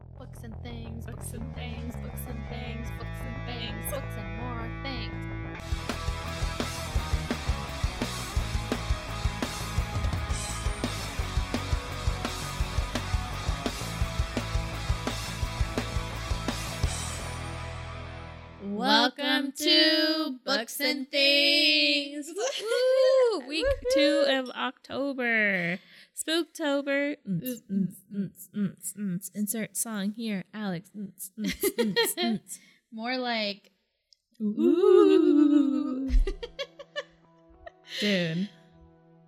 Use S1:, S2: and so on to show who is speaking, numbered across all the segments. S1: and things, books and things, books and things, books and things, books and more things.
S2: Welcome to Books and Things. Woo! Week two of October. Spooktober. Mm, mm, mm, mm, mm. Insert song here, Alex. Mm, mm, mm, mm.
S1: More like
S2: Ooh. Dude,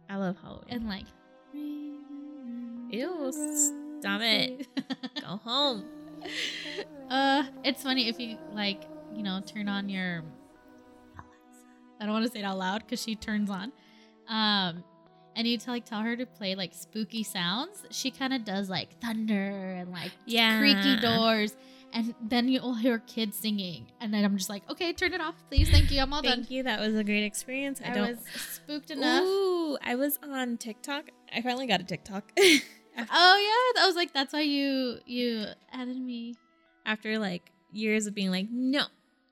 S2: I love Halloween.
S1: and like
S2: Ew, stop it. Go home.
S1: Uh, it's funny if you like, you know, turn on your. I don't want to say it out loud because she turns on, um, and you to like tell her to play like spooky sounds. She kind of does like thunder and like
S2: Yeah.
S1: creaky doors, and then you'll hear kids singing, and then I'm just like, okay, turn it off, please. Thank you, I'm all done.
S2: Thank you. That was a great experience. I
S1: I,
S2: don't
S1: was spooked enough.
S2: Ooh, I was on TikTok. I finally got a TikTok
S1: Oh yeah, I was like, that's why you you added me.
S2: after like years of being like, no,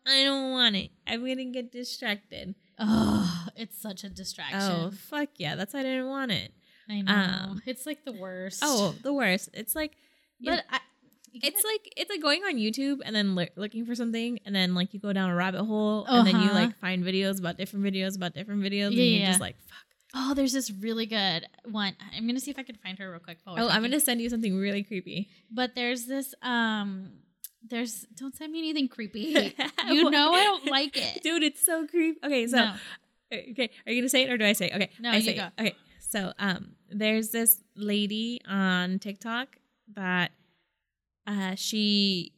S2: I don't want it. I'm gonna get distracted.
S1: Oh, it's such a distraction.
S2: Oh fuck yeah, that's why I didn't want it.
S1: I know.
S2: Um,
S1: it's like the worst.
S2: Oh, the worst. It's like you-
S1: but I, you
S2: it's
S1: can't-
S2: like it's like going on YouTube and then li- looking for something and then like you go down a rabbit hole and then you
S1: Uh-huh.
S2: like find videos about different videos about different videos
S1: Yeah,
S2: and you're
S1: yeah.
S2: just like fuck.
S1: oh, there's this really good one. I'm gonna see if I can find her real quick. while we're
S2: Oh, I'm
S1: talking.
S2: gonna send you something really creepy.
S1: But there's this. Um, there's. Don't send me anything creepy. you know I don't like it.
S2: Dude, it's so creepy. Okay, so
S1: no.
S2: Okay, are you gonna say it or do I say it? Okay,
S1: No,
S2: I
S1: you
S2: say
S1: go.
S2: It. Okay, so um, there's this lady on TikTok that uh she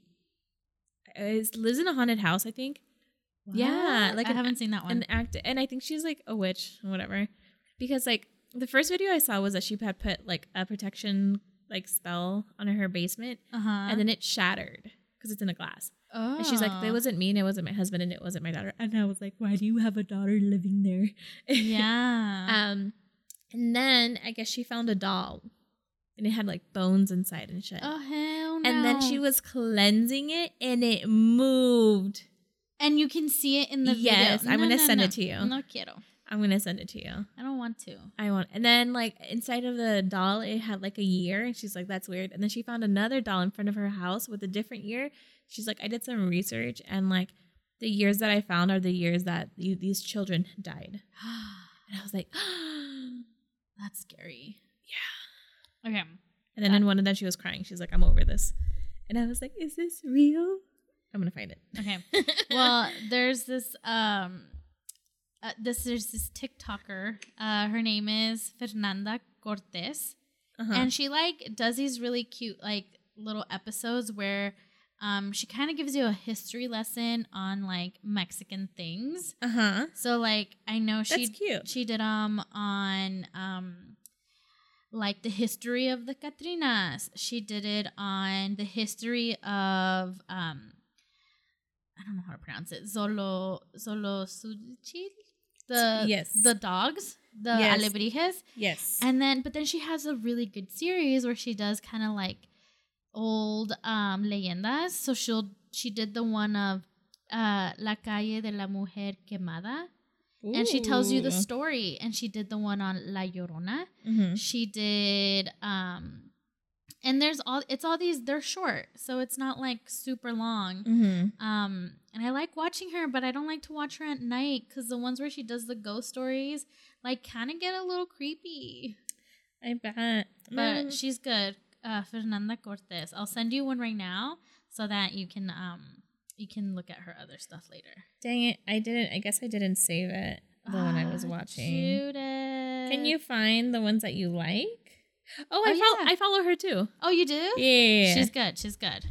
S2: is lives in a haunted house, I think, Yeah,
S1: What?
S2: like
S1: I
S2: an-
S1: haven't seen that one.
S2: and act and I think she's like a witch or whatever, because like the first video I saw was that she had put like a protection like spell on her basement,
S1: uh huh.
S2: and then it shattered because it's in a glass.
S1: oh.
S2: And she's like, it wasn't me, and it wasn't my husband, and it wasn't my daughter. And I was like, why do you have a daughter living there?
S1: Oh, yeah.
S2: Um, and then I guess she found a doll, and it had like bones inside and shit.
S1: oh hell no.
S2: And then she was cleansing it, and it moved.
S1: And you can see it in the video.
S2: Yes, I'm
S1: No,
S2: gonna
S1: no,
S2: send
S1: no.
S2: it to you.
S1: No quiero.
S2: I'm gonna send it to you.
S1: I don't want to.
S2: I want. And then like inside of the doll, it had like a year, and she's like, that's weird. And then she found another doll in front of her house with a different year. She's like, I did some research, and like the years that I found are the years that you, these children died. And I was like,
S1: That's scary. Yeah. Okay.
S2: and then in one of them, she was crying. She's like, I'm over this. And I was like, is this real? I'm gonna find it.
S1: Okay. well, there's this um uh, this there's this TikToker. Uh, her name is Fernanda Cortez,
S2: Uh-huh.
S1: and she like does these really cute like little episodes where um she kind of gives you a history lesson on like Mexican things.
S2: uh huh.
S1: So like I know she
S2: That's cute.
S1: she did um on um like the history of the Katrinas. She did it on the history of um I don't know how to pronounce it. Zolo Zolo The
S2: Yes.
S1: the dogs, the
S2: Yes.
S1: alebrijes.
S2: Yes.
S1: And then but then she has a really good series where she does kind of like old um leyendas. So she'll she did the one of uh La calle de la mujer quemada and she tells you the story. And she did the one on La Llorona.
S2: hmm
S1: She did, um, and there's all it's all these. They're short, so it's not like super long.
S2: hmm
S1: Um, and I like watching her, but I don't like to watch her at night because the ones where she does the ghost stories like kind of get a little creepy.
S2: I bet.
S1: But
S2: Mm.
S1: she's good. Uh, Fernanda Cortez. I'll send you one right now so that you can um you can look at her other stuff later.
S2: Dang it! I didn't. I guess I didn't save it. The one I was
S1: Ah,
S2: watching. Can
S1: Judith.
S2: you find the ones that you like? Oh, I
S1: Oh,
S2: follow.
S1: yeah.
S2: I follow her too.
S1: Oh, you do?
S2: Yeah.
S1: She's good. She's good.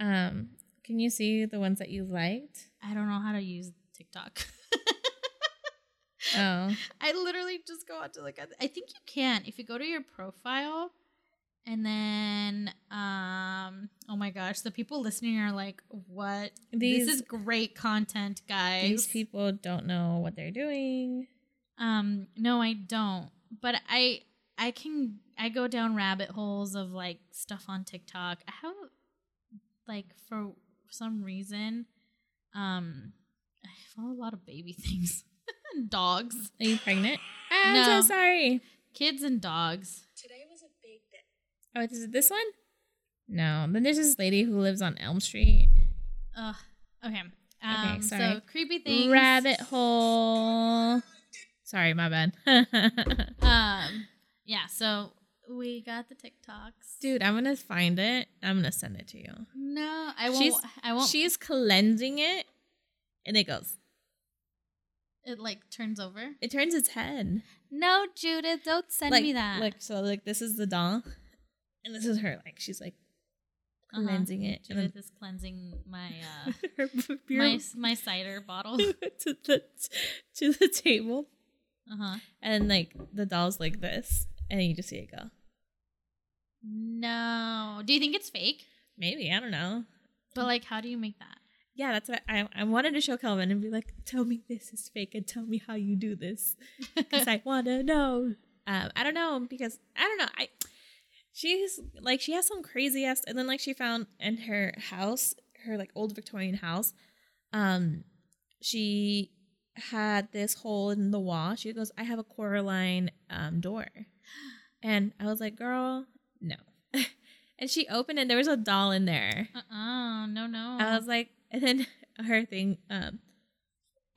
S2: um. Can you see the ones that you liked?
S1: I don't know how to use TikTok.
S2: Oh,
S1: I literally just go out to look at. I think you can if you go to your profile, and then um. Oh my gosh, the people listening are like, "What?
S2: These-
S1: this is great content, guys."
S2: these people don't know what they're doing.
S1: Um. No, I don't. But I I can I go down rabbit holes of like stuff on TikTok. I have like for some reason, um, I follow a lot of baby things, dogs,
S2: Are you pregnant? I'm
S1: No.
S2: so sorry.
S1: kids, and dogs.
S3: Today was a big day.
S2: Oh, is it this one? No. Then there's this lady who lives on Elm Street.
S1: Ugh. Okay. Um, So
S2: sorry.
S1: creepy things.
S2: Rabbit hole. Sorry, my bad.
S1: Um. Yeah. So we got the TikToks.
S2: Dude, I'm gonna find it. I'm gonna send it to you.
S1: No, I won't.
S2: She's-
S1: I won't.
S2: She's cleansing it, and it goes.
S1: it like turns over.
S2: It turns its head.
S1: No, Judith, don't send
S2: like,
S1: me that.
S2: Like so, like this is the doll, and this is her. Like she's like
S1: Uh-huh.
S2: cleansing it, and
S1: Judith
S2: then
S1: is cleansing my uh
S2: her
S1: my
S2: beer
S1: my cider bottle.
S2: to the to the table,
S1: Uh huh.
S2: and like the doll's like this, and you just see it go.
S1: No. Do you think it's fake?
S2: Maybe I don't know. Mm.
S1: But like, how do you make that?
S2: Yeah, that's what I, I wanted to show Calvin and be like, tell me this is fake and tell me how you do this. Because I want to know. Um, I don't know because I don't know. I She's like, she has some crazy ass. And then, like, she found in her house, her like old Victorian house, um, she had this hole in the wall. She goes, I have a Coraline um, door. And I was like, girl, no. and she opened it, and there was a doll in there.
S1: Uh uh no no.
S2: I was like, and then her thing, um,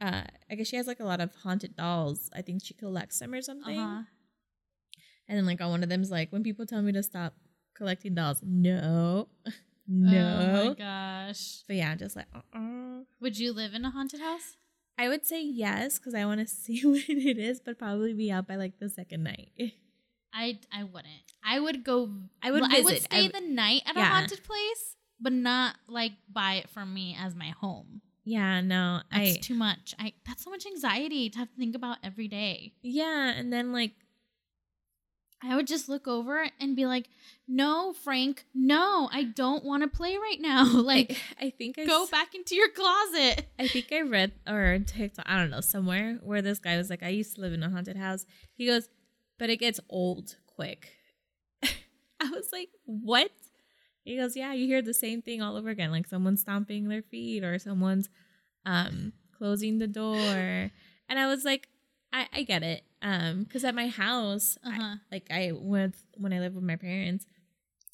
S2: uh, I guess she has like a lot of haunted dolls. I think she collects them or something.
S1: uh-huh.
S2: And then like on one of them's like, when people tell me to stop collecting dolls, no, no.
S1: Oh my gosh.
S2: But yeah, just like, uh-uh.
S1: Would you live in a haunted house?
S2: I would say yes because I want to see what it is, but probably be out by like the second night.
S1: I I wouldn't. I would go.
S2: I would
S1: well, I would
S2: visit. I
S1: stay
S2: would-
S1: the night at a
S2: Yeah.
S1: haunted place, but not like buy it from me as my home.
S2: Yeah, no,
S1: That's
S2: I.
S1: too much. I that's so much anxiety to have to think about every day.
S2: yeah, and then like,
S1: I would just look over and be like, "No, Frank, no, I don't want to play right now. Like,
S2: I think I
S1: go
S2: s-
S1: back into your closet."
S2: I think I read or TikTok, I don't know, somewhere where this guy was like, I used to live in a haunted house. He goes, but it gets old quick. I was like, what? He goes, yeah, you hear the same thing all over again, like someone's stomping their feet or someone's um, closing the door. And I was like, I, I get it. Um, because at my house,
S1: Uh
S2: I-
S1: huh.
S2: like I with when I lived with my parents,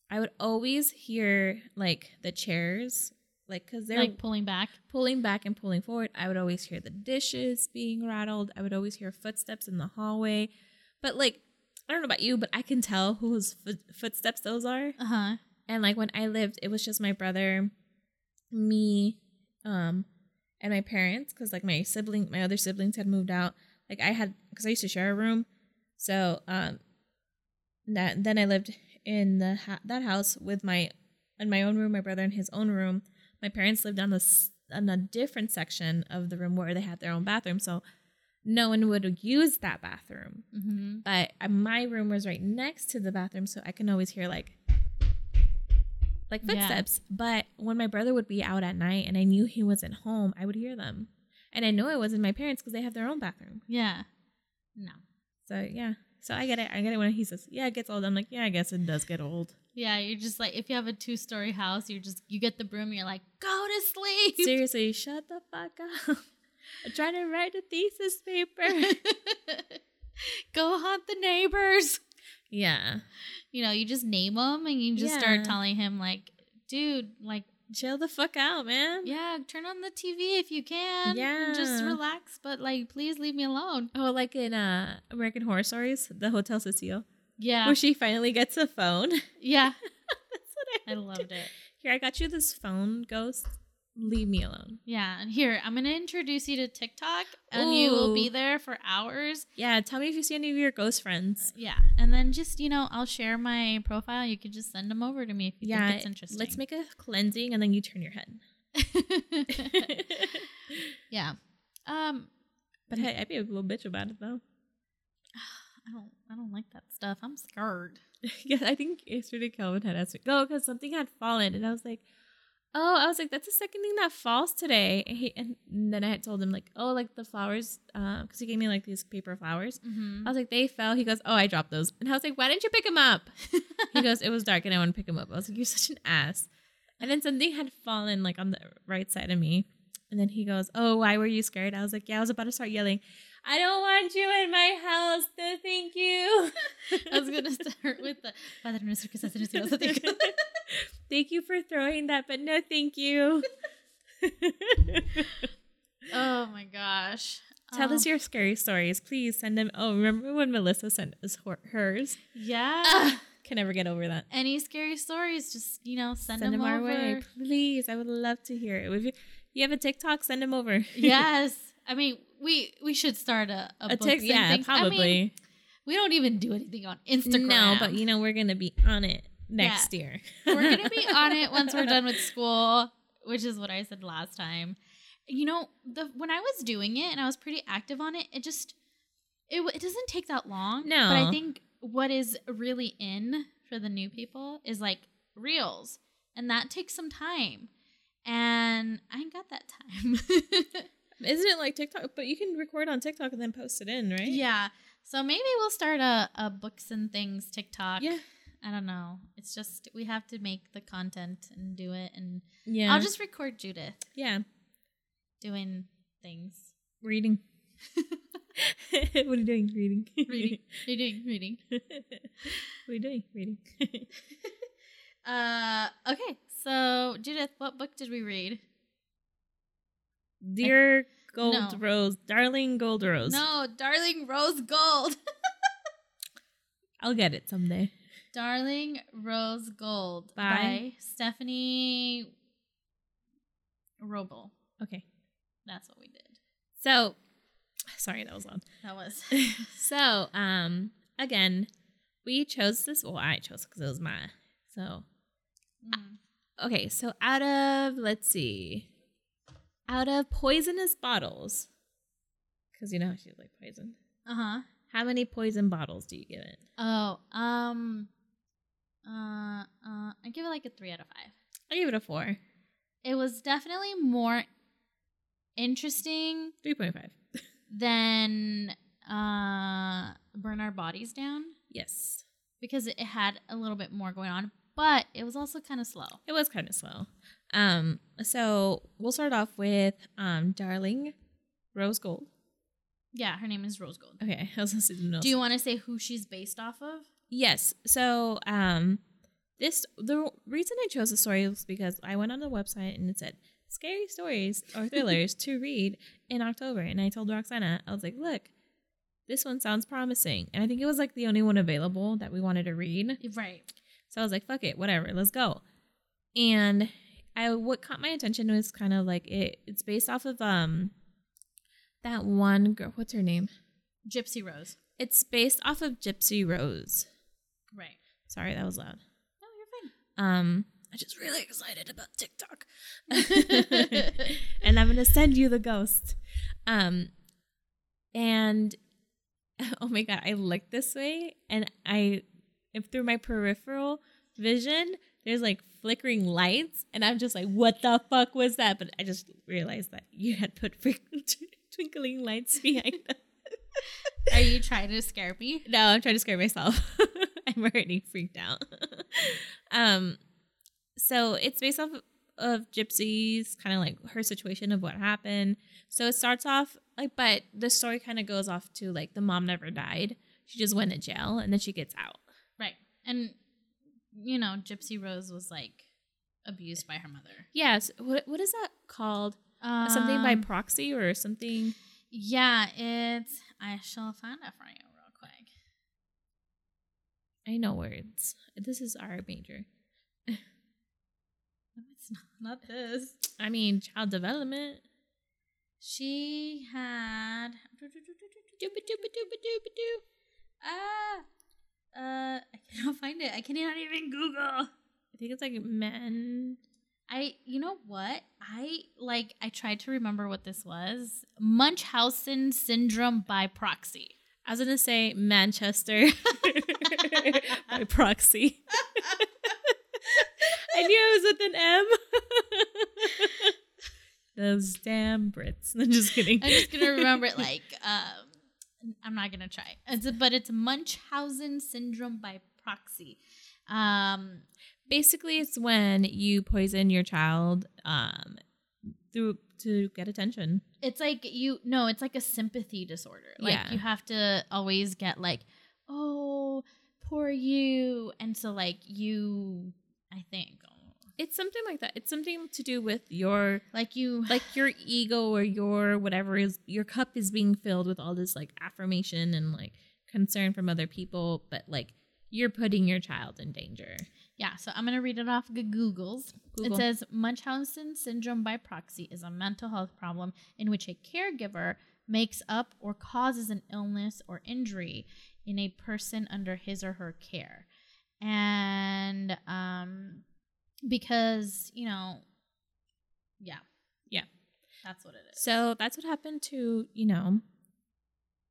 S2: I would always hear like the chairs, like because they're
S1: Like pulling back.
S2: pulling back and pulling forward, I would always hear the dishes being rattled. I would always hear footsteps in the hallway. But like, I don't know about you, but I can tell whose foot footsteps those are.
S1: Uh huh.
S2: And like when I lived, it was just my brother, me, um, and my parents because like my sibling, my other siblings had moved out. Like I had because I used to share a room, so um, that then I lived in the ha- that house with my in my own room, my brother in his own room. My parents lived on the s- on a different section of the room where they had their own bathroom, so no one would use that bathroom
S1: Mm-hmm.
S2: but uh, my room was right next to the bathroom, so I can always hear like like
S1: Yeah.
S2: footsteps. But when my brother would be out at night and I knew he wasn't home, I would hear them, and I know it wasn't my parents because they have their own bathroom.
S1: Yeah. No.
S2: So yeah, so I get it. I get it when he says, "Yeah, it gets old." I'm like, "Yeah, I guess it does get old."
S1: Yeah, you're just like if you have a two story house, you're just you get the broom, you're like, go to sleep.
S2: Seriously, shut the fuck up. I'm trying to write a thesis paper.
S1: go haunt the neighbors.
S2: yeah,
S1: You know, you just name them and you just start
S2: Yeah.
S1: telling him like, dude, like,
S2: chill the fuck out, man.
S1: yeah, turn on the TV if you can. and just
S2: Yeah.
S1: relax, but like, please leave me alone.
S2: Oh, like in uh, American Horror Stories, the Hotel Cecil,
S1: Yeah,
S2: where she finally gets a phone.
S1: yeah,
S2: That's
S1: I
S2: what
S1: loved it.
S2: Here, I got you this phone, ghost. Leave me alone.
S1: Yeah, and here I'm gonna introduce you to TikTok, and you will
S2: Ooh.
S1: be there for hours.
S2: Yeah, tell me if you see any of your ghost friends.
S1: Yeah, and then just you know, I'll share my profile. You could just send them over to me if you
S2: Yeah,
S1: think it's interesting.
S2: let's make a cleansing and then you turn your head.
S1: yeah. Um,
S2: but hey, I'd be a little bitch about it though.
S1: I don't, I don't like that stuff. I'm scared.
S2: yeah, I think yesterday Calvin had asked me, go because something had fallen. And I was like, oh, I was like, that's the second thing that falls today. And, he, and then I had told him, like, oh, like the flowers, because he gave me like these paper flowers.
S1: Mm-hmm.
S2: I was like, they fell. He goes, oh, I dropped those. And I was like, why didn't you pick them up? he goes, it was dark and I want to pick him up. I was like, you're such an ass. And then something had fallen like on the right side of me. And then he goes, Oh, why were you scared? I was like, Yeah, I was about to start yelling, I don't want you in my house. No, thank you.
S1: I was gonna start with the Padre nuestro que estás en el cielo, santificado
S2: thank you for throwing that, but no, thank you.
S1: Oh my gosh.
S2: Tell
S1: Um,
S2: us your scary stories. Please send them. Oh, remember when Melissa sent us her- hers?
S1: Yeah.
S2: Can never get over that.
S1: Any scary stories, just, you know, send,
S2: Send,
S1: them,
S2: them our
S1: over.
S2: way. Please. I would love to hear it. If you, you have a TikTok, send them over.
S1: yes. I mean, we we should start a, a,
S2: a
S1: books
S2: tick,
S1: and
S2: yeah,
S1: things. I mean,
S2: probably.
S1: we don't even do anything on Instagram.
S2: No, but you know we're gonna be on it next year.
S1: we're gonna be on it once we're done with school, which is what I said last time. You know, the when I was doing it and I was pretty active on it, it just it, w- it doesn't take that long. but I
S2: No.
S1: think what is really in for the new people is like reels, and that takes some time. And I ain't got that time.
S2: Isn't it like TikTok? But you can record on TikTok and then post it in, right?
S1: yeah. So maybe we'll start a, a books and things TikTok.
S2: Yeah.
S1: I don't know. It's just we have to make the content and do it and
S2: Yeah.
S1: I'll just record Judith.
S2: yeah.
S1: doing things.
S2: Reading. what are you doing? Reading.
S1: Reading. Reading, reading.
S2: what are you doing? Reading.
S1: Uh okay. So Judith, what book did we read?
S2: Dear Gold
S1: No.
S2: Rose, darling Gold Rose.
S1: No, Darling Rose Gold.
S2: I'll get it someday.
S1: Darling Rose Gold by,
S2: By-
S1: Stephanie Roble.
S2: Okay.
S1: That's what we did.
S2: So, sorry that was loud.
S1: That was
S2: so, um, again, we chose this. Well, I chose because it was my. So
S1: Mm.
S2: okay, so out of let's see, out of poisonous bottles, because you know how she's like poison.
S1: uh-huh.
S2: How many poison bottles do you give it?
S1: Oh, um uh uh I give it like a 3 out of 5.
S2: I gave it a four,
S1: It was definitely more interesting
S2: three point five.
S1: Then uh, burn our bodies down
S2: Yes,
S1: because it had a little bit more going on, but it was also kind of slow.
S2: it was kind of slow. Um, so we'll start off with um, darling, rose gold.
S1: Yeah, her name is Rose Gold.
S2: Okay, I was listening to
S1: Do you want to say who she's based off of?
S2: Yes. So, um, this the reason I chose the story was because I went on the website and it said scary stories or thrillers to read in October, and I told Roxana, I was like, look, this one sounds promising, and I think it was like the only one available that we wanted to read.
S1: Right.
S2: So I was like, fuck it, whatever, let's go. And I what caught my attention was kind of like it. It's based off of um that one girl. What's her name?
S1: Gypsy Rose.
S2: It's based off of Gypsy Rose.
S1: Right.
S2: Sorry, that was loud.
S1: No, you're
S2: Um, I'm just really excited about TikTok.
S1: fine.
S2: and I'm gonna send you the ghost. Um, and oh my god, I look this way, and I, if through my peripheral vision, there's like flickering lights, and I'm just like, what the fuck was that? But I just realized that you had put frick- twinkling lights behind. Them.
S1: Are you trying to scare me?
S2: No, I'm trying to scare myself. I'm already freaked out. um, so it's based off of Gypsy's kind of like her situation of what happened. So it starts off like, but the story kind of goes off to like the mom never died. She just went to jail and then she gets out.
S1: Right. And, you know, Gypsy Rose was like abused by her mother.
S2: Yes. What what is that called?
S1: Um,
S2: Uh, something by proxy or something?
S1: Yeah, it's. I shall find out for you real quick.
S2: I know words. This is our major.
S1: No, it's not, not this.
S2: I mean, child development.
S1: She had
S2: Dooba-dooba-dooba-dooba-doo.
S1: ah uh I cannot find it. I cannot even Google.
S2: I think it's like men.
S1: I you know what? I like I tried to remember what this was. Munchausen syndrome by proxy.
S2: I was gonna say Manchester by proxy. I knew it was with an M. Those damn Brits. I'm just kidding.
S1: I'm just gonna remember it like um I'm not gonna try. It's but it's Munchausen syndrome by proxy. Um
S2: basically it's when you poison your child um through to get attention.
S1: It's like you no, it's like a sympathy disorder. Like
S2: Yeah.
S1: you have to always get like, oh, poor you, and so like you, I think,
S2: It's something like that. It's something to do with your
S1: like you,
S2: like your ego or your whatever is your cup is being filled with all this like affirmation and like concern from other people, but like you're putting your child in danger.
S1: yeah. So I'm gonna read it off G- Google's.
S2: Google.
S1: It says Munchausen syndrome by proxy is a mental health problem in which a caregiver makes up or causes an illness or injury in a person under his or her care. And um because, you know, yeah.
S2: Yeah.
S1: That's what it is.
S2: So that's what happened to, you know,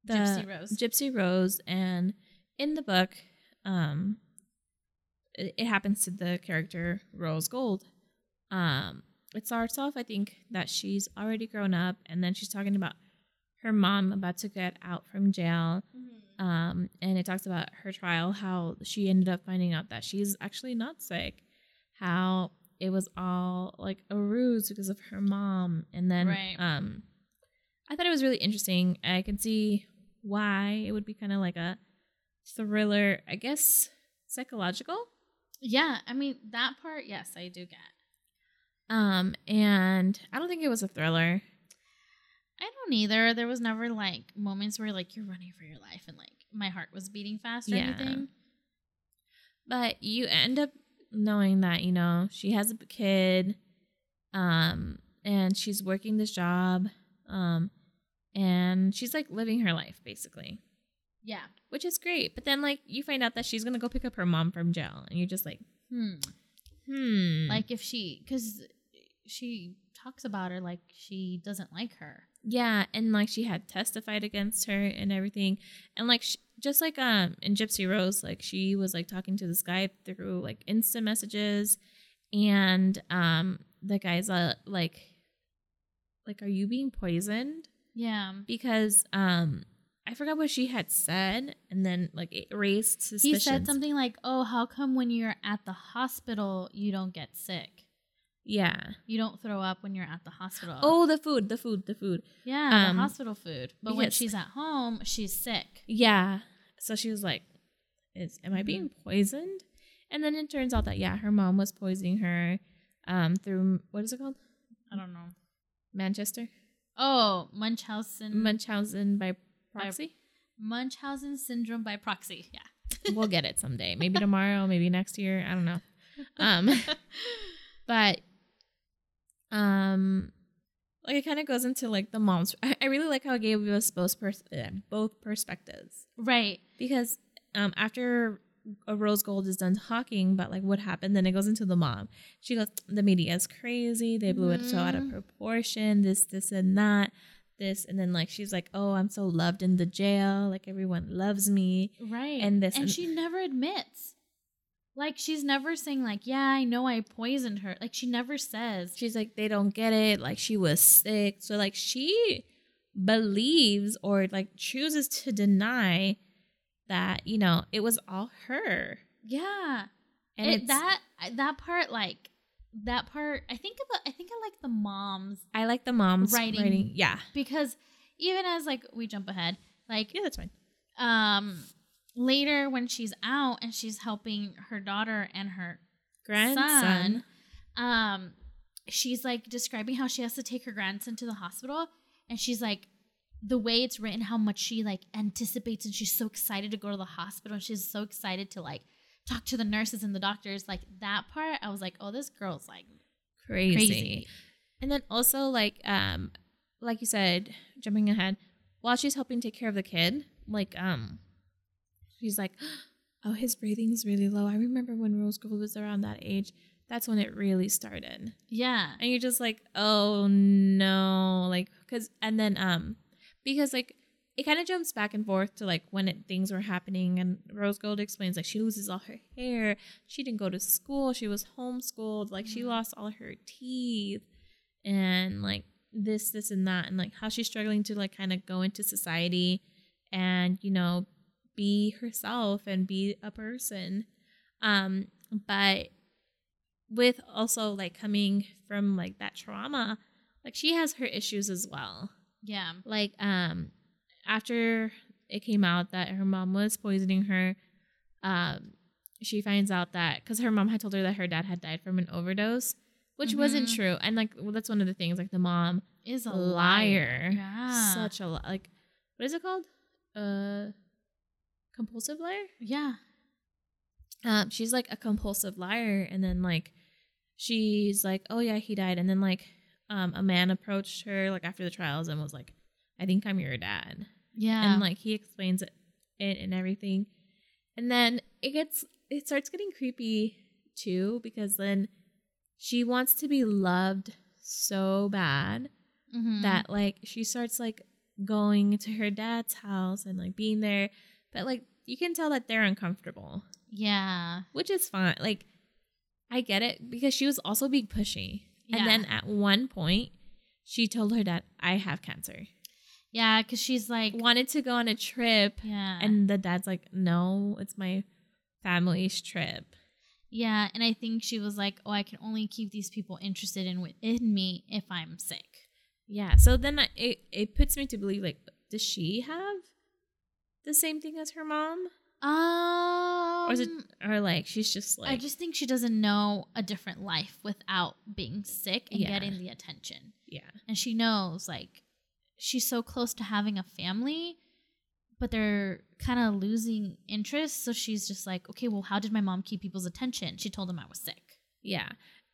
S2: the
S1: Gypsy Rose.
S2: Gypsy Rose. And in the book, um, it, it happens to the character Rose Gold. Um, it starts off, I think, that she's already grown up, and then she's talking about her mom about to get out from jail.
S1: Mm-hmm.
S2: Um, and it talks about her trial, how she ended up finding out that she's actually not sick, how it was all like a ruse because of her mom. And then
S1: Right.
S2: um, I thought it was really interesting. I can see why it would be kind of like a thriller, I guess, psychological.
S1: yeah, I mean that part, yes, I do get.
S2: Um, and I don't think it was a thriller.
S1: I don't either. There was never like moments where like you're running for your life and like my heart was beating fast or
S2: Yeah.
S1: anything.
S2: but you end up knowing that you know she has a b- kid um and she's working this job um and she's like living her life basically
S1: Yeah.
S2: which is great but then like you find out that she's gonna go pick up her mom from jail and you're just like
S1: Hmm.
S2: hmm
S1: Like if she, because she talks about her like she doesn't like her.
S2: yeah and like she had testified against her and everything and like sh just like um in gypsy rose like she was like talking to this guy through like insta messages and um the guy's uh, like like are you being poisoned
S1: Yeah.
S2: because um i forgot what she had said and then like it raised
S1: He
S2: suspicions
S1: said something like, "Oh, how come when you're at the hospital you don't get sick?
S2: yeah
S1: You don't throw up when you're at the hospital."
S2: oh the food the food the food
S1: yeah,
S2: um,
S1: the hospital food. But when
S2: because-
S1: she's at home, she's sick.
S2: Yeah. Mm-hmm. So she was like, "Is am I being poisoned?" And then it turns out that yeah, her mom was poisoning her um through what is it called?
S1: I don't know.
S2: Manchester
S1: Oh,
S2: Mm-hmm.
S1: Munchausen
S2: Munchausen by proxy.
S1: Munchausen syndrome by proxy. Yeah.
S2: we'll get it someday. Maybe tomorrow, maybe next year, I don't know. Um but um like it kind of goes into like the mom's I, I really like how it gave us both pers- uh, both perspectives.
S1: right.
S2: because um after a rose gold is done talking about like what happened then it goes into the mom she goes the media is crazy they blew it so out of
S1: Mhm.
S2: proportion this this and that this and then like she's like oh i'm so loved in the jail like everyone loves me
S1: Right.
S2: And this-
S1: And
S2: and-
S1: she never admits. Like she's never saying like, "Yeah, I know I poisoned her." Like she never says.
S2: she's like they don't get it like she was sick so like she believes or like chooses to deny that you know it was all her
S1: yeah.
S2: and
S1: It-
S2: it's,
S1: that that part like that part I think about I think I like the moms
S2: i like the mom's
S1: Writing.
S2: writing yeah
S1: because even as like we jump ahead, like
S2: yeah that's fine
S1: um later when she's out and she's helping her daughter and her
S2: grandson.
S1: son, um, she's like describing how she has to take her grandson to the hospital, and she's like, the way it's written, how much she like anticipates, and she's so excited to go to the hospital, and she's so excited to like talk to the nurses and the doctors. Like that part, I was like, oh, this girl's like
S2: Crazy.
S1: crazy.
S2: And then also like um like you said, jumping ahead, while she's helping take care of the kid, like um she's like, Oh, his breathing's really low. I remember when Rose Gold was around that age. That's when it really started.
S1: Yeah,
S2: And you're just like, oh no, like, cause, and then, um, because like, it kind of jumps back and forth to like when it, things were happening, and Rose Gold explains like she loses all her hair, she didn't go to school, she was homeschooled, like she
S1: Mhm.
S2: lost all her teeth, and like this, this, and that, and like how she's struggling to like kind of go into society, and you know, be herself and be a person, um, but with also like coming from like that trauma, like she has her issues as well.
S1: Yeah.
S2: Like um after it came out that her mom was poisoning her, um she finds out that cuz her mom had told her that her dad had died from an overdose, which wasn't
S1: Mhm.
S2: true. And like well, that's one of the things like the mom
S1: Is a
S2: liar.
S1: Yeah.
S2: Such a li- like what is it called? Uh compulsive liar?
S1: yeah.
S2: um, she's like a compulsive liar and then like she's like oh yeah he died and then like um, a man approached her like after the trials and was like i think i'm your dad
S1: Yeah.
S2: and like he explains it, it and everything and then it gets it starts getting creepy too because then she wants to be loved so bad
S1: Mhm.
S2: that like she starts like going to her dad's house and like being there but like you can tell that they're uncomfortable
S1: Yeah.
S2: which is fine. Like, I get it because she was also being pushy.
S1: Yeah.
S2: And then at one point, she told her dad, I have cancer.
S1: Yeah, because she's like,
S2: Wanted to go on a trip.
S1: yeah,
S2: And the dad's like, No, it's my family's trip.
S1: yeah, and I think she was like, oh, I can only keep these people interested in within me if I'm sick.
S2: Yeah. So then I, it, it puts me to believe, like, does she have the same thing as her mom?
S1: Um,
S2: Or is it, or like, she's just like,
S1: I just think she doesn't know a different life without being sick and
S2: Yeah.
S1: getting the attention.
S2: yeah.
S1: And she knows, like, she's so close to having a family, but they're kind of losing interest. So she's just like, okay, well, how did my mom keep people's attention? She told them I was sick.
S2: Yeah.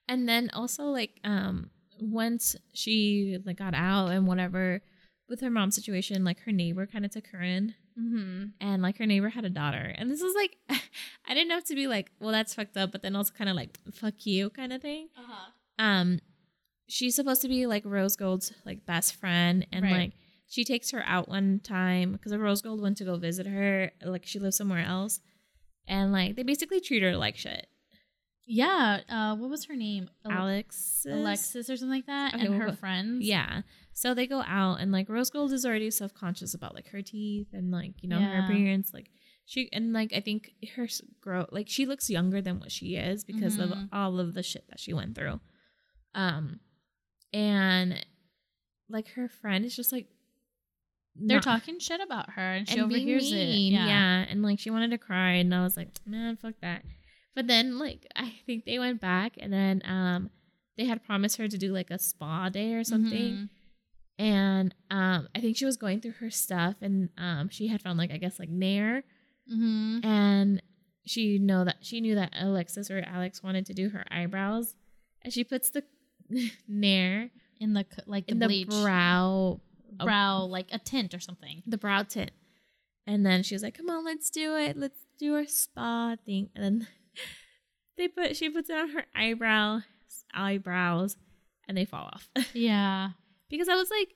S2: And then also like um once she like got out and whatever with her mom's situation, like her neighbor kind of took her in
S1: Mm-hmm.
S2: and like her neighbor had a daughter. And this is like I didn't know if to be like, well that's fucked up, but then also kind of like fuck you kind of thing.
S1: Uh-huh.
S2: Um she's supposed to be like Rose Gold's like best friend and
S1: Right.
S2: like she takes her out one time cuz Rose Gold went to go visit her, like she lives somewhere else. And like they basically treat her like shit.
S1: Yeah. Uh, what was her name? Al-
S2: Alex
S1: Alexis or something like that,
S2: Okay,
S1: and
S2: well,
S1: her
S2: what-
S1: friends.
S2: Yeah. So they go out and like Rose Gold is already self conscious about like her teeth and like you know her
S1: Yeah.
S2: appearance. Like she and like I think her s- grow like she looks younger than what she is because of
S1: Mhm.
S2: all of the shit that she went through. Um, and like her friend is just like
S1: they're
S2: not-
S1: talking shit about her, and she
S2: and being
S1: overhears it.
S2: mean. Yeah. and like she wanted to cry, and I was like, man, fuck that. But then like I think they went back, and then um they had promised her to do like a spa day or something
S1: Mhm.
S2: and um i think she was going through her stuff and um she had found like i guess like nair
S1: Mhm.
S2: and she know that she knew that alexis or alex wanted to do her eyebrows and she puts the nair
S1: In the c- like the
S2: in the
S1: bleach
S2: brow
S1: brow, like a tint or something.
S2: the brow tint and then she was like come on let's do it let's do our spa thing and then they put she puts it on her eyebrow eyebrows and they fall off
S1: Yeah.
S2: because I was like,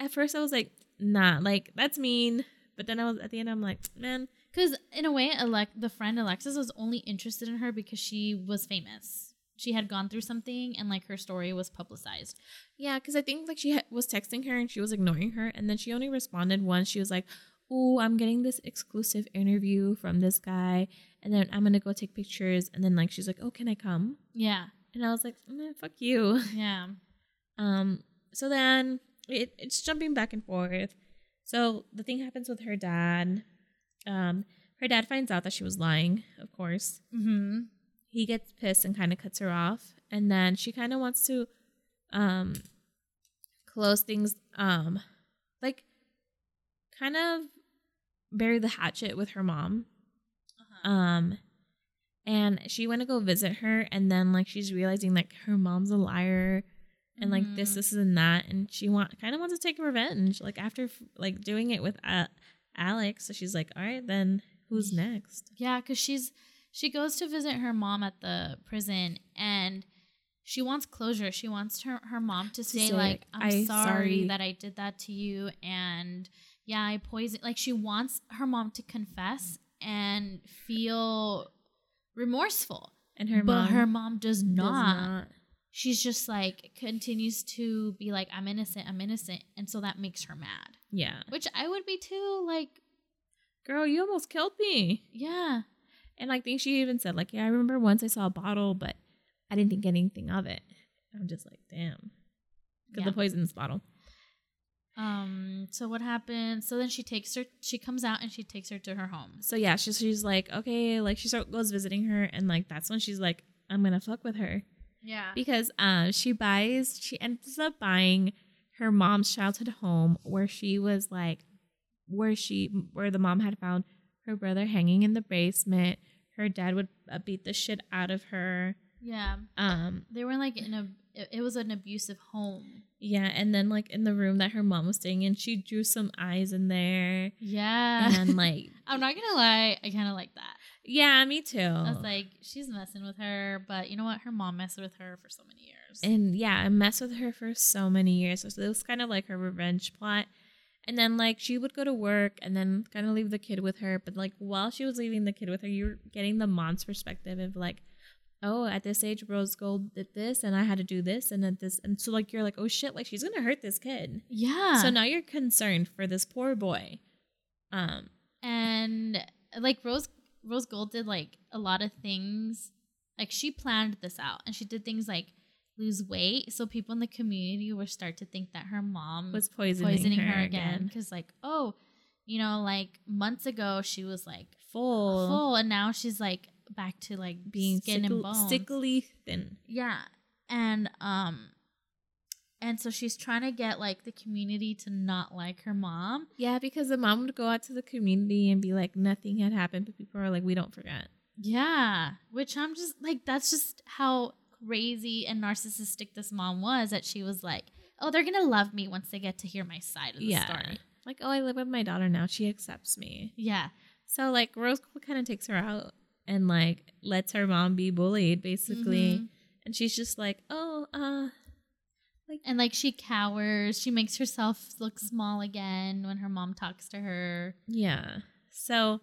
S2: at first I was like, nah, like that's mean. But then I was at the end, I'm like, man,
S1: Because in a way, Alec- the friend Alexis was only interested in her because she was famous. She had gone through something, and like her story was publicized.
S2: yeah, because I think like she ha- was texting her and she was ignoring her, and then she only responded once. She was like, oh, I'm getting this exclusive interview from this guy, and then I'm gonna go take pictures, and then like she's like, oh, can I come?
S1: Yeah.
S2: And I was like, mm, fuck you.
S1: Yeah.
S2: Um, so then it, it's jumping back and forth. So the thing happens with her dad. Um, her dad finds out that she was lying, of course.
S1: Mm-hmm.
S2: he gets pissed and kind of cuts her off and then she kind of wants to um close things um like kind of bury the hatchet with her mom
S1: Uh-huh.
S2: um and she went to go visit her and then like she's realizing like her mom's a liar and like
S1: Mm-hmm.
S2: this this and that and she want kind of wants to take revenge like after like doing it with uh, alex so she's like all right then
S1: Mm-hmm.
S2: who's next
S1: Yeah, because she's she goes to visit her mom at the prison and she wants closure. She wants her, her mom to say,
S2: say,
S1: like,
S2: like,
S1: I'm
S2: "I-
S1: sorry,
S2: sorry."
S1: that I did that to you and yeah, I poisoned like she wants her mom to confess and feel remorseful.
S2: and her
S1: but
S2: mom
S1: her mom does
S2: does
S1: not. She's just like continues to be like, I'm innocent, I'm innocent. And so that makes her mad.
S2: yeah
S1: Which I would be too, like,
S2: girl, you almost killed me.
S1: yeah.
S2: And I think she even said, like, yeah, I remember once I saw a bottle, but I didn't think anything of it. I'm just like, damn.
S1: Yeah.
S2: Because the poison's bottle.
S1: Um. So what happens? So then she takes her. She comes out and she takes her to her home.
S2: So yeah, she's she's like, okay, like she start, goes visiting her, and like that's when she's like, I'm gonna fuck with her
S1: Yeah.
S2: because um she buys she ends up buying her mom's childhood home where she was like where she where the mom had found her brother hanging in the basement. Her dad would uh, beat the shit out of her.
S1: Yeah.
S2: Um,
S1: They were like in a. It, it was an abusive home.
S2: yeah, and then like in the room that her mom was staying in, she drew some eyes in there,
S1: Yeah.
S2: and like
S1: I'm not gonna lie. I kind of like that.
S2: yeah, me too.
S1: I was like, she's messing with her, but you know what? Her mom messed with her for so many years.
S2: and yeah, I messed with her for so many years. So, it was kind of like her revenge plot. And then like she would go to work and then kind of leave the kid with her. But like while she was leaving the kid with her, you're getting the mom's perspective of like, oh, at this age Rose Gold did this and I had to do this and at this and so like you're like, oh shit, like she's gonna hurt this kid.
S1: yeah.
S2: So now you're concerned for this poor boy. Um
S1: and like Rose Rose Gold did like a lot of things. Like she planned this out and she did things like lose weight so people in the community would start to think that her mom
S2: was Mm-hmm. poisoning,
S1: poisoning,
S2: her, again.
S1: because like oh you know like months ago she was like
S2: Full,
S1: full and now she's like back to like
S2: being
S1: skin
S2: sickle-
S1: and bones
S2: sickly thin.
S1: yeah and um and so she's trying to get like the community to not like her mom
S2: Yeah, because the mom would go out to the community and be like, nothing had happened, but people are like, we don't forget.
S1: Yeah, which I'm just like, that's just how crazy and narcissistic this mom was that she was like, oh, they're gonna love me once they get to hear my side of the
S2: Yeah.
S1: story.
S2: Like, oh, I live with my daughter now. She accepts me.
S1: Yeah,
S2: So, like, Rose kind of takes her out and, like, lets her mom be bullied, basically.
S1: Mhm.
S2: And she's just like, oh, uh,
S1: and like she cowers, she makes herself look small again when her mom talks to her.
S2: yeah. So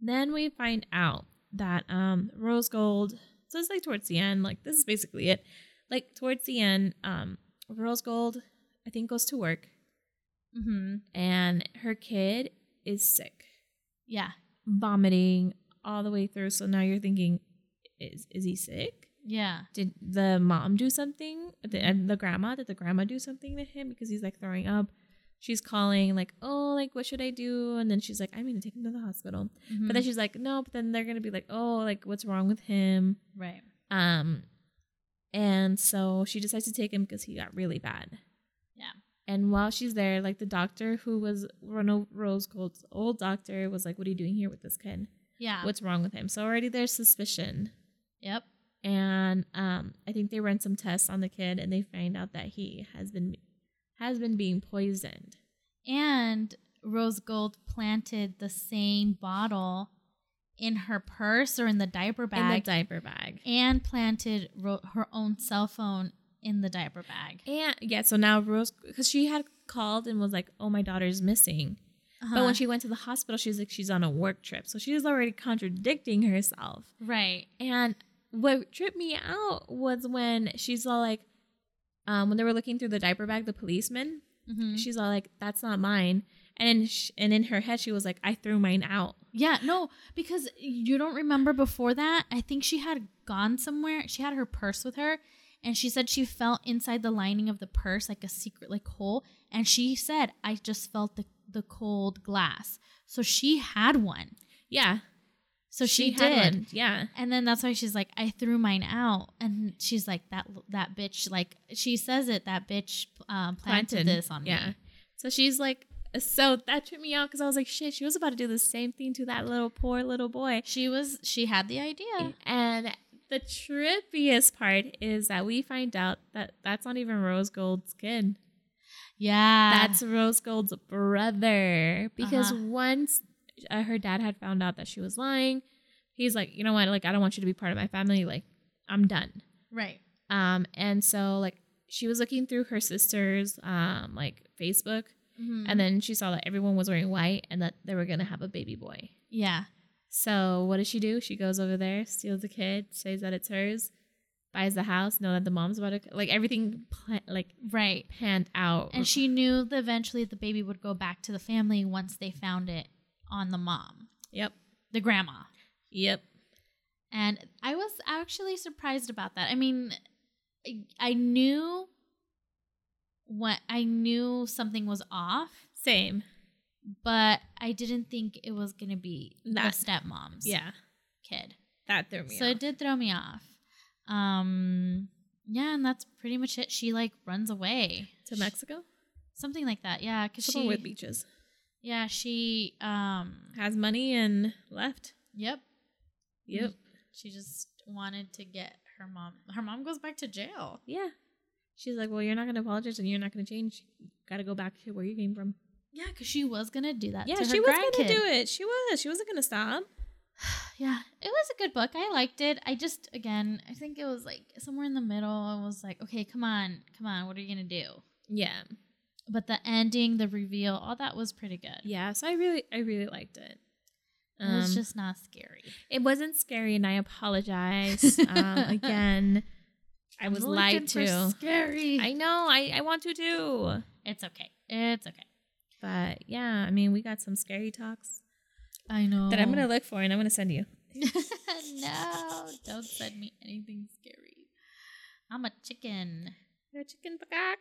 S2: then we find out that um, Rose Gold, so it's like towards the end, like, this is basically it. Like, towards the end, um, Rose Gold, I think, goes to work
S1: Mm-hmm.
S2: and her kid is sick.
S1: Yeah,
S2: vomiting all the way through. So now you're thinking, is is he sick?
S1: yeah,
S2: Did the mom do something? Did, and the grandma? Did the grandma do something to him because he's like throwing up? She's calling like, oh, like what should I do? And then she's like, I'm gonna take him to the hospital.
S1: Mhm.
S2: But then she's like, no. But then they're gonna be like, oh, like what's wrong with him?
S1: right.
S2: Um, and so she decides to take him because he got really bad.
S1: Yeah.
S2: And while she's there, like the doctor who was Ronald Rose Gold's old doctor was like, "What are you doing here with this kid?"
S1: Yeah.
S2: what's wrong with him. So already there's suspicion.
S1: Yep.
S2: And um, I think they run some tests on the kid and they find out that he has been has been being poisoned.
S1: And Rose Gold planted the same bottle in her purse or in the diaper bag.
S2: In the diaper bag.
S1: and planted ro- her own cell phone in the diaper bag.
S2: And yeah, so now Rose because she had called and was like, Oh, my daughter's missing. But
S1: Uh-huh.
S2: when she went to the hospital, she was like, She's on a work trip. So she was already contradicting herself.
S1: right,
S2: And what tripped me out was when she's all like, um, when they were looking through the diaper bag, the policeman,
S1: Mhm.
S2: She's all like, "That's not mine," and in sh- and in her head, she was like, "I threw mine out."
S1: yeah, no, because you don't remember before that. I think she had gone somewhere. She had her purse with her, and she said she felt inside the lining of the purse like a secret like hole. And she said, "I just felt the the cold glass." So she had one.
S2: Yeah,
S1: So she,
S2: had
S1: did.
S2: one. Yeah,
S1: And then that's why she's like, I threw mine out, and she's like, that that bitch, like she says it, that bitch um, planted, this on
S2: yeah.
S1: me.
S2: So she's like, so that tripped me out because I was like, "Shit," she was about to do the same thing to that little poor little boy.
S1: She was, she had the idea.
S2: And the trippiest part is that we find out that that's not even Rose Gold's kid.
S1: Yeah,
S2: That's Rose Gold's brother. Because
S1: Ah. Uh-huh.
S2: once uh, her dad had found out that she was lying, he's like, you know what? Like, I don't want you to be part of my family. Like, I'm done.
S1: right.
S2: Um, and so like she was looking through her sister's um like Facebook,
S1: Mhm.
S2: and then she saw that everyone was wearing white and that they were gonna have a baby boy.
S1: yeah,
S2: So what does she do? She goes over there, steals the kid, says that it's hers, buys the house, know that the mom's about to like everything pla- like
S1: right.
S2: panned out.
S1: And she knew that eventually the baby would go back to the family once they found it on the mom,
S2: yep,
S1: the grandma.
S2: yep,
S1: And I was actually surprised about that. I mean, I- I knew what I knew something was off,
S2: Same.
S1: but I didn't think it was going to be
S2: That-
S1: the stepmom's
S2: Yeah.
S1: kid.
S2: That threw me
S1: So
S2: off.
S1: it did throw me off. Um yeah, and that's pretty much it. She like runs away
S2: to Mexico?
S1: Something like that. Yeah, cuz
S2: Someone
S1: she
S2: with beaches.
S1: Yeah, she um
S2: Has money and left.
S1: yep.
S2: Yep.
S1: She just wanted to get her mom. Her mom goes back to jail.
S2: Yeah. She's like, well, you're not going to apologize and you're not going to change. Got to go back to where you came from.
S1: Yeah, cuz she was going to do that.
S2: yeah,
S1: to her
S2: she was going
S1: grandkid.
S2: Uh, to do it. She was. She wasn't going to stop.
S1: Yeah, it was a good book. I liked it. I just again, I think it was like somewhere in the middle. I was like, "Okay, come on. Come on. What are you going to do?"
S2: Yeah.
S1: But the ending, the reveal, all that was pretty good.
S2: Yeah. um, So I really, I really liked it.
S1: It was just not scary.
S2: It wasn't scary, and I apologize um, again. I was lied to.
S1: Scary.
S2: I know. I, I want to do,
S1: it's okay. It's okay.
S2: but yeah. I mean, we got some scary talks Oh.
S1: I know.
S2: that I'm gonna look for, and I'm gonna send you.
S1: no, don't send me anything scary. I'm a chicken.
S2: A chicken peacock.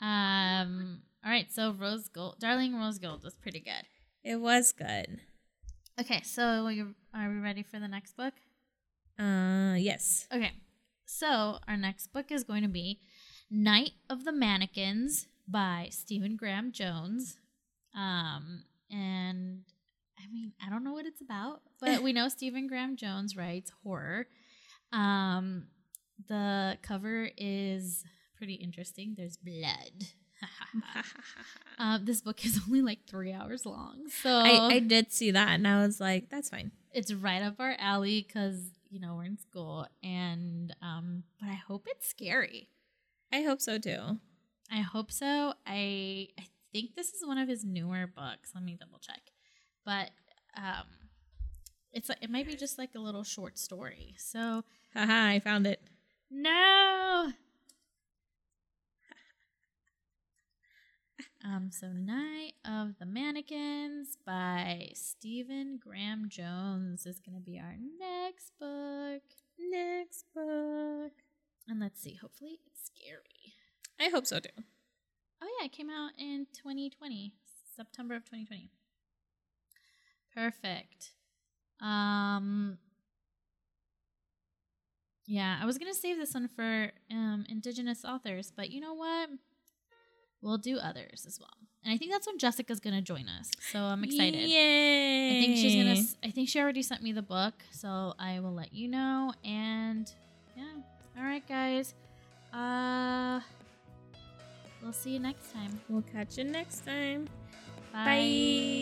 S1: Um. All right. So Rose Gold, Darling Rose Gold, was pretty good.
S2: It was good.
S1: Okay. So you- are we ready for the next book?
S2: Uh, yes.
S1: Okay. So our next book is going to be Night of the Mannequins by Stephen Graham Jones. Um, and I mean, I don't know what it's about, but we know Stephen Graham Jones writes horror. Um, the cover is pretty interesting. There's blood. um, this book is only like three hours long, so
S2: I, I did see that, and I was like, that's fine.
S1: it's right up our alley because you know we're in school and um but i hope it's scary
S2: I hope so too.
S1: i hope so i i think this is one of his newer books let me double check but um it's like it might be just like a little short story so
S2: Haha, I found it.
S1: no um so night of the mannequins by stephen graham jones is gonna be our next book
S2: Next book.
S1: And let's see, hopefully it's scary.
S2: I hope so too.
S1: Oh yeah, it came out in 2020, September of 2020. Perfect. Um Yeah, I was going to save this one for um indigenous authors, but you know what? We'll do others as well. And I think that's when Jessica's going to join us. So I'm excited.
S2: Yay!
S1: I think she's gonna. s- I think she already sent me the book, so I will let you know. And yeah, all right, guys. Uh, we'll see you next time.
S2: We'll catch you next time.
S1: Bye.
S2: Bye.